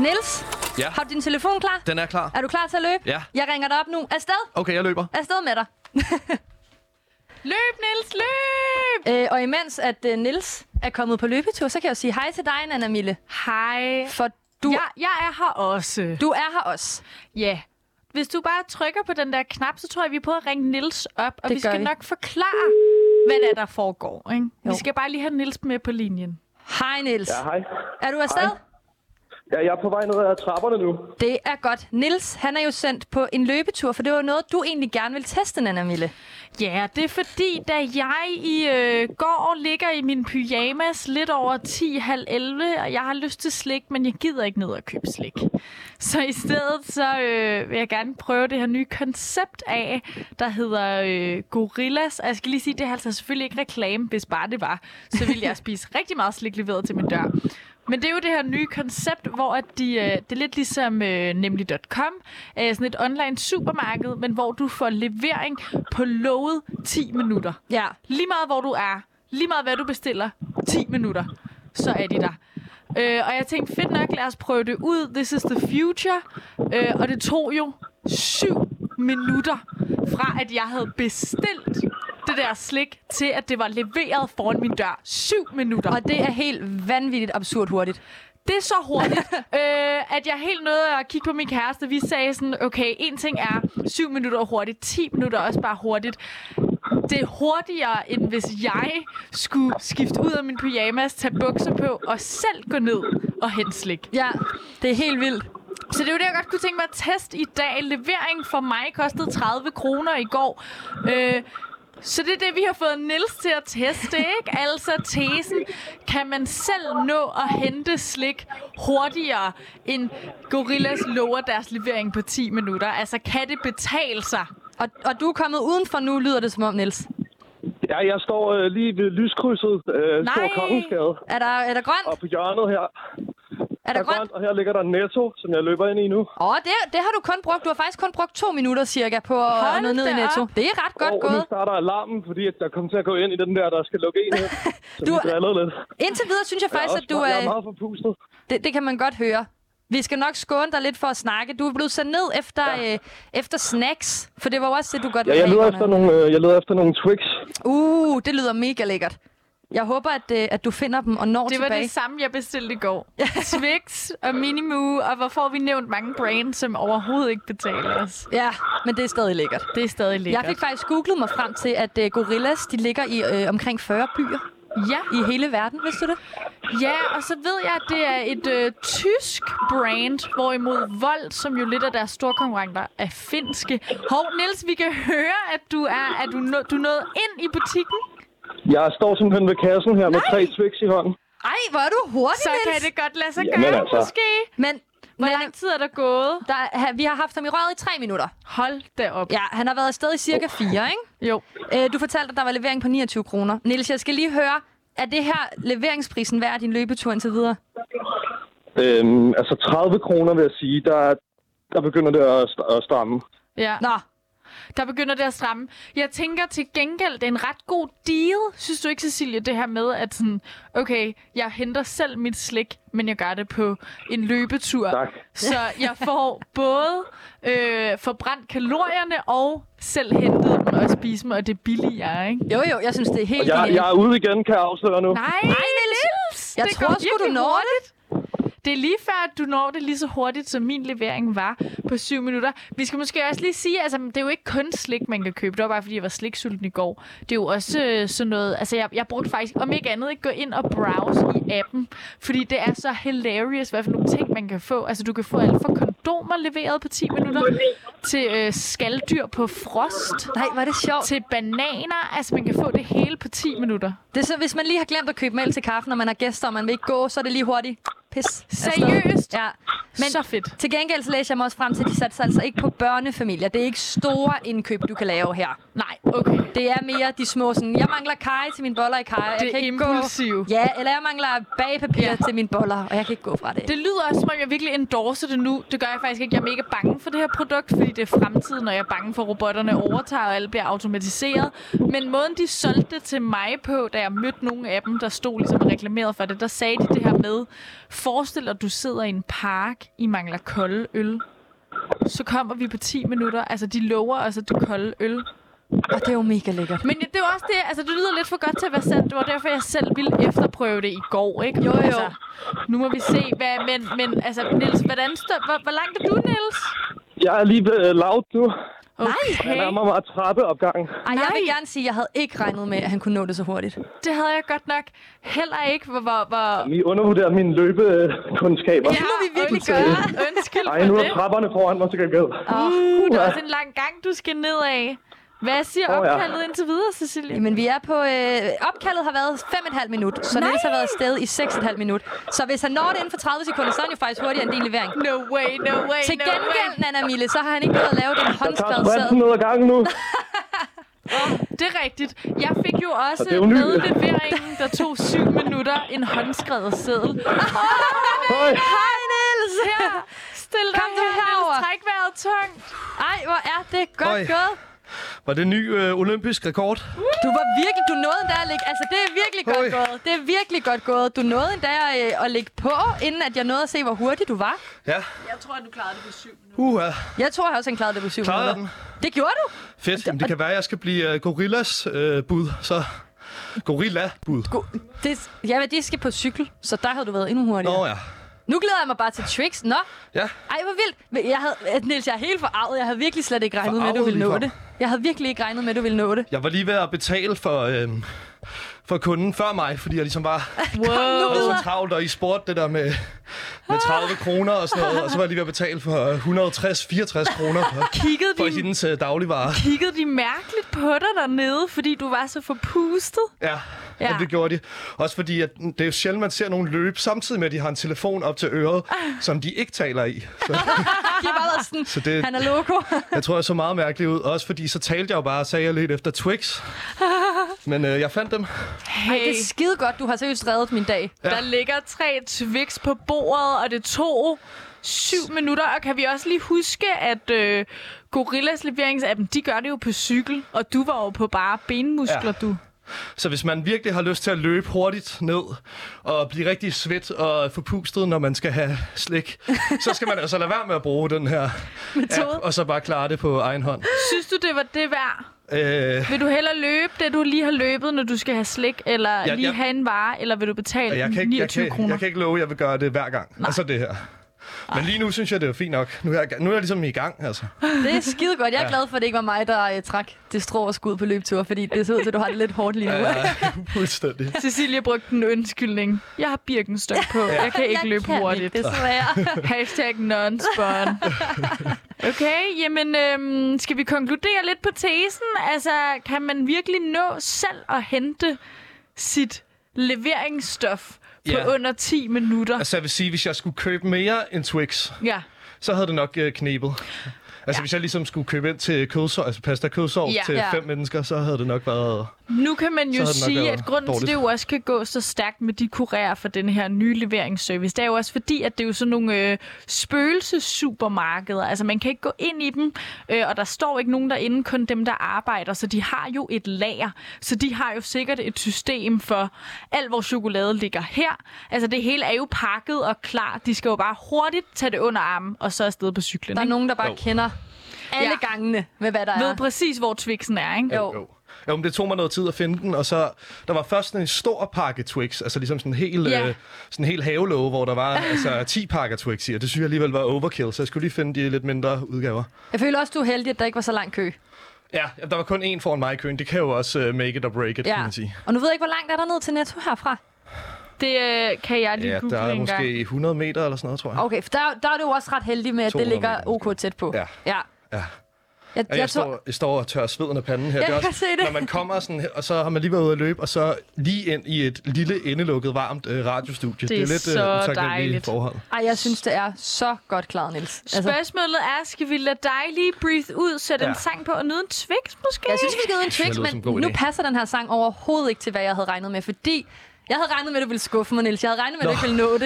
Niels, Ja. har du din telefon klar? Den er klar. Er du klar til at løbe? Ja. Jeg ringer dig op nu. Afsted! Okay, jeg løber. Afsted med dig. Løb, Niels, løb! Øh, og imens at øh, Niels er kommet på løbetur, så kan jeg jo sige hej til dig, Nana Mille. Hej. For du, ja. Jeg, jeg er her også. du er her også. Ja. Hvis du bare trykker på den der knap, så tror jeg, vi er på at ringe Nils op, Det og det vi gør skal vi. vi. nok forklare, hvad det er, der foregår. Ikke? Jo. Vi skal bare lige have Nils med på linjen. Hej, Niels. Ja, hej. Er du afsted? Hej. Ja, jeg er på vej ned ad trapperne nu. Det er godt. Nils, han er jo sendt på en løbetur, for det var noget, du egentlig gerne ville teste, Nana Mille. Ja, det er fordi, da jeg i øh, går ligger i min pyjamas lidt over 10.30, og jeg har lyst til slik, men jeg gider ikke ned og købe slik. Så i stedet så øh, vil jeg gerne prøve det her nye koncept af, der hedder øh, gorillas. Og jeg skal lige sige, det er altså selvfølgelig ikke reklame, hvis bare det var. Så ville jeg spise rigtig meget slik leveret til min dør. Men det er jo det her nye koncept, hvor at de, øh, det er lidt ligesom øh, nemlig.com, øh, sådan et online supermarked, men hvor du får levering på lovet 10 minutter. Ja. Lige meget hvor du er, lige meget hvad du bestiller, 10 minutter, så er de der. Øh, og jeg tænkte, fedt nok, lad os prøve det ud. This is the future. Øh, og det tog jo syv minutter fra, at jeg havde bestilt det der slik, til at det var leveret foran min dør. Syv minutter. Og det er helt vanvittigt absurd hurtigt. Det er så hurtigt, øh, at jeg helt nåede at kigge på min kæreste. Vi sagde sådan, okay, en ting er 7 minutter hurtigt, 10 minutter også bare hurtigt. Det er hurtigere, end hvis jeg skulle skifte ud af min pyjamas, tage bukser på og selv gå ned og hente slik. Ja, det er helt vildt. Så det er jo det, jeg godt kunne tænke mig at teste i dag. Levering for mig kostede 30 kroner i går. Øh, så det er det, vi har fået Nils til at teste, ikke? Altså tesen, kan man selv nå at hente slik hurtigere, end gorillas lover deres levering på 10 minutter? Altså, kan det betale sig? Og, og du er kommet udenfor nu, lyder det som om, Niels. Ja, jeg står øh, lige ved lyskrydset. Øh, Nej. Stor Kongensgade. Er der, er der Og grønt? på hjørnet her. Er der grønt? Og her ligger der Netto, som jeg løber ind i nu. Åh, det, det har du kun brugt. Du har faktisk kun brugt to minutter cirka på at Hold at nå ned i da netto. op. Det er ret godt og nu gået. starter alarmen, fordi at der kommer til at gå ind i den der, der skal lukke en ind. Så Du du... er- vi drillede lidt. Indtil videre synes jeg Jeg er, faktisk, også, at du jeg er er... meget forpustet. Det, det kan man godt høre. Vi skal nok skåne dig lidt for at snakke. Du er blevet sendt ned efter, ja. øh, efter snacks, for det var jo også det, du godt Ja, ville jeg have, Gunnar. leder, efter nogle, øh, jeg leder efter nogle Twix. Uh, det lyder mega lækkert. Jeg håber, at, øh, at du finder dem og når Det var tilbage. det samme, jeg bestilte i går. Twix og Minimoo, og hvor får vi nævnt mange brands, som overhovedet ikke betaler os. Ja, men det er stadig lækkert. Det er stadig lækkert. Jeg fik faktisk googlet mig frem til, at øh, gorillas de ligger i øh, omkring 40 byer Ja. i hele verden, vidste du det? Ja, og så ved jeg, at det er et øh, tysk brand, hvorimod Volt, som jo lidt af deres store konkurrenter, er finske. Hov, Niels, vi kan høre, at du er, at du, nå, du nåede ind i butikken. Jeg står simpelthen ved kassen her med Nej. tre Twix i hånden. Ej, hvor er du hurtig, Så Niels. kan det godt lade sig Jamen gøre, altså. måske. Men, Hvor men lang tid er der gået? der, ha- vi har haft ham i røret i tre minutter. Hold da op. Ja, han har været afsted i cirka fire, ikke? Jo. Øh, du fortalte, at der var levering på 29 kroner. Niels, jeg skal lige høre, er det her leveringsprisen værd din løbetur indtil videre? Øhm, altså 30 kroner, vil jeg sige. Der, der begynder det at, st- at stamme. Ja. Nå, Der begynder det at stramme. Jeg tænker til gengæld, det er en ret god deal. Synes du ikke, Cecilie, det her med, at sådan, okay, jeg henter selv mit slik, men jeg gør det på en løbetur. Tak. Så jeg får både øh, forbrændt kalorierne og selv hentet dem og spise dem, og det er billigere, ikke? jo jo, jeg synes, det er helt Jeg, genialt. jeg er ude igen, kan jeg afsløre nu. Nej, Nej Niels! Jeg det tror går sgu, du virkelig når hurtigt. Det er lige før, at du når det lige så hurtigt, som min levering var på syv minutter. Vi skal måske også lige sige, altså det er jo ikke kun slik, man kan købe. Det var bare, fordi jeg var sliksulten i går. Det er jo også øh, sådan noget, altså jeg, jeg brugte faktisk, om ikke andet, ikke gå ind og browse i appen. Fordi det er så hilarious, hvad for nogle ting, man kan få. Altså du kan få alt fra kondomer leveret på 10 minutter, til øh, skalddyr på frost, Nej, var det sjovt. til bananer. Altså man kan få det hele på 10 minutter. Det er så, hvis man lige har glemt at købe mælk til kaffen, og man har gæster, og man vil ikke gå, så er det lige hurtigt. Pis. afsted. Seriøst? Ja. Men, Men så fedt. til gengæld så læser jeg mig også frem til, at de satser altså ikke på børnefamilier. Det er ikke store indkøb, du kan lave her. Nej, okay. Det er mere de små sådan, jeg mangler kaj til mine boller i kaj. og Det jeg er kan ikke impulsiv. Gå. Ja, eller jeg mangler bagepapir ja. Ja. til mine boller, og jeg kan ikke gå fra det. Det lyder også, som om jeg virkelig endorser det nu. Det gør jeg faktisk ikke. Jeg er mega bange for det her produkt, fordi det er fremtiden, og jeg er bange for, at robotterne overtager, og alt bliver automatiseret. Men måden, de solgte det til mig på, da jeg mødte nogle af dem, der stod ligesom og reklamerede for det, der sagde de det her med, forestil dig, at du sidder i en park I mangler kolde øl. Så kommer vi på 10 minutter. Altså, de lover os, at du kolde øl. Og det er jo mega lækkert. Men det er jo også det, altså det lyder lidt for godt til at være sandt. Det var derfor, jeg selv ville efterprøve det i går, ikke? Jo, jo. Altså, nu må vi se, hvad, men, men altså, Niels, hvordan stå, hvor, hvor langt er du, Niels? Jeg er lige ved øh, loud nu. Jeg Okay. nærmer mig trappeopgangen. Ej, jeg vil Nej. gerne sige, at jeg havde ikke regnet med, at han kunne nå det så hurtigt. Det havde jeg godt nok heller ikke, hvor... hvor, hvor... Vi undervurderer mine løbekundskaber. må vi virkelig gøre. Undskyld Ej, nu for er det. trapperne foran mig til gengæld. Uh, der er Uha. også en lang gang, du skal ned af. Hvad siger Åh, ja. opkaldet indtil videre, Cecilie? Jamen, vi er på... Øh, opkaldet har været 5,5 minut, så Niels har været afsted i 6,5 minut. Så hvis han når det inden for 30 sekunder, så er han jo faktisk hurtigere end din levering. No way, no way, Til no gengæld, way. Nana Mille, så har han ikke nået at lave den Jeg tager håndspadserede. sprinten ned ad gangen nu. Det er rigtigt. Jeg fik jo også det er jo ny. med leveringen, der tog syv minutter, en håndskrevet seddel. Hej. Hej, Niels! Her. Stil dig Kom du her, Niels. herover. Træk vejret tungt. Ej, hvor er det godt Oj. gået. Var det en ny øh, olympisk rekord? Du var virkelig, du nåede endda at lægge, altså det er virkelig godt Oj. gået. Det er virkelig godt gået. Du nåede endda øh, at lægge på, inden at jeg nåede at se, hvor hurtig du var. Ja. Jeg tror, at du klarede det på syv minutter. Uha. Jeg tror også, han klarede det på 7 Klarede jeg minutter. Det gjorde du. Fedt. Jamen, det kan være, at jeg skal blive øh, gorillas øh, bud, så... Gorilla-bud. God. Det, ja, men de skal på cykel, så der havde du været endnu hurtigere. Nå ja. Nu glæder jeg mig bare til tricks. Nå, Ja. ej, hvor vildt. Men Jeg havde, Niels, jeg er helt forarvet. Jeg havde virkelig slet ikke regnet med, at du Forarvet ville nå det. ligefrem. Jeg havde virkelig ikke regnet med, at du ville nå det. Jeg var lige ved at betale for, øh, for kunden før mig, fordi jeg ligesom var Kom nu Jeg var videre. så travlt, og I spurgte det der med, med 30 kroner og sådan noget, og så var jeg lige ved at betale for 160-64 kroner for, Kiggede for de, hendes uh, dagligvarer. kiggede de mærkeligt på dig dernede, fordi du var så forpustet? Ja, Ja. ja. Jamen, det gjorde de. Også fordi, at det er jo sjældent, man ser nogen løbe, samtidig med, at de har en telefon op til øret, som de ikke taler i. Så, De har bare været sådan, så det, han er loco. jeg tror, jeg så meget mærkeligt ud. Også fordi, så talte jeg jo bare og sagde, at jeg lidt efter Twix. Men øh, jeg fandt dem. Ej, det er skide godt. Du har seriøst reddet min dag. Ja. Der ligger tre Twix på bordet, og det tog syv minutter. Og kan vi også lige huske, at øh, Gorillas leveringsappen, de gør det jo på cykel, og du var jo på bare benmuskler, ja. Ja. du. Så hvis man virkelig har lyst til at løbe hurtigt ned og blive rigtig svedt og forpustet, når man skal have slik, så skal man altså lade være med at bruge den her Metode. app, og så bare klare det på egen hånd. Synes du, det var det værd? Øh, jeg, Vil du hellere løbe det, du lige har løbet, når du skal have slik, eller ja, Ja, lige ja. have en vare, eller vil du betale jeg, kan ikke, jeg, 29 kan, kroner? jeg kan ikke love, at jeg vil gøre det hver gang. Nej. Altså det her. Men lige nu synes jeg, det er fint nok. Nu er jeg, nu er jeg ligesom i gang, altså. Det er skide godt. Jeg er glad for, at det ikke var mig, der øh, trak det strå og skud på løbetur, fordi det ser ud til, at du har det lidt hårdt lige nu. Ja, fuldstændig. Cecilie brugte en undskyldning. Jeg har Birkenstock på. Jeg kan ikke løbe hurtigt. Det desværre. Hashtag non-spawn. Okay, jamen øhm, skal vi konkludere lidt på tesen? Altså, kan man virkelig nå selv at hente sit leveringsstof på Ja. under 10 minutter? Altså jeg vil sige, hvis jeg skulle købe mere end Twix, Ja. så havde det nok øh, knebet. Altså ja. hvis jeg ligesom skulle købe ind til kødsov, altså pasta kødsov Ja. ja. til Ja. fem mennesker, så havde det nok været... Nu kan man Så jo har det nok sige, været at grunden til, at dårligt. det jo også kan gå så stærkt med de kurerer for den her nye leveringsservice, det er jo også fordi, at det er jo sådan nogle øh, spøgelsesupermarkeder. Altså, man kan ikke gå ind i dem, øh, og der står ikke nogen derinde, kun dem, der arbejder. Så de har jo et lager. Så de har jo sikkert et system for, al vores chokolade ligger her. Altså, det hele er jo pakket og klar. De skal jo bare hurtigt tage det under armen, og så afsted på cyklen. Der er ikke? nogen, der bare kender alle Ja. gangene med, hvad der Ved er. præcis, hvor Twixen er, ikke? Jo. Jo. Jo, men det tog mig noget tid at finde den, og så der var først en stor pakke Twix, altså ligesom sådan en hel, Ja. yeah. øh, sådan en hel havelåge, hvor der var altså, 10 pakker Twix i, og det synes jeg alligevel var overkill, så jeg skulle lige finde de lidt mindre udgaver. Jeg føler også, du er heldig, at der ikke var så lang kø. Ja, der var kun én foran mig i køen, det kan jo også øh, make it or break it, ja. kan man sige. Og nu ved jeg ikke, hvor langt er der ned til Netto herfra. Det øh, kan jeg lige Ja, google der er en gang. måske 100 meter eller sådan noget, tror jeg. Okay, for der, der er du jo også ret heldig med, at det 200 ligger meter. ok tæt på. Ja. ja. Ja. Jeg, Ja, jeg, jeg, tror, står, jeg står og tør sveden af panden her. Jeg det er kan også, se det. Når man kommer sådan her, og så har man lige været ude at løbe, og så lige ind i et lille, indelukket, varmt øh, radiostudie. Det er lidt øh, så utaknemmelige dejligt. forhold. ej, jeg synes, det er så godt klaret, Niels. Altså, Spørgsmålet er, skal vi lade dig lige breathe ud, sætte ja. en Ja. sang på og nyde en Twix måske? jeg synes, vi skal ud en Det lyder tricks, som en men god nu idé. passer den her sang overhovedet ikke til, hvad jeg havde regnet med, fordi jeg havde regnet med, at du ville skuffe mig, Niels. Jeg havde regnet med, at du ikke ville nå det.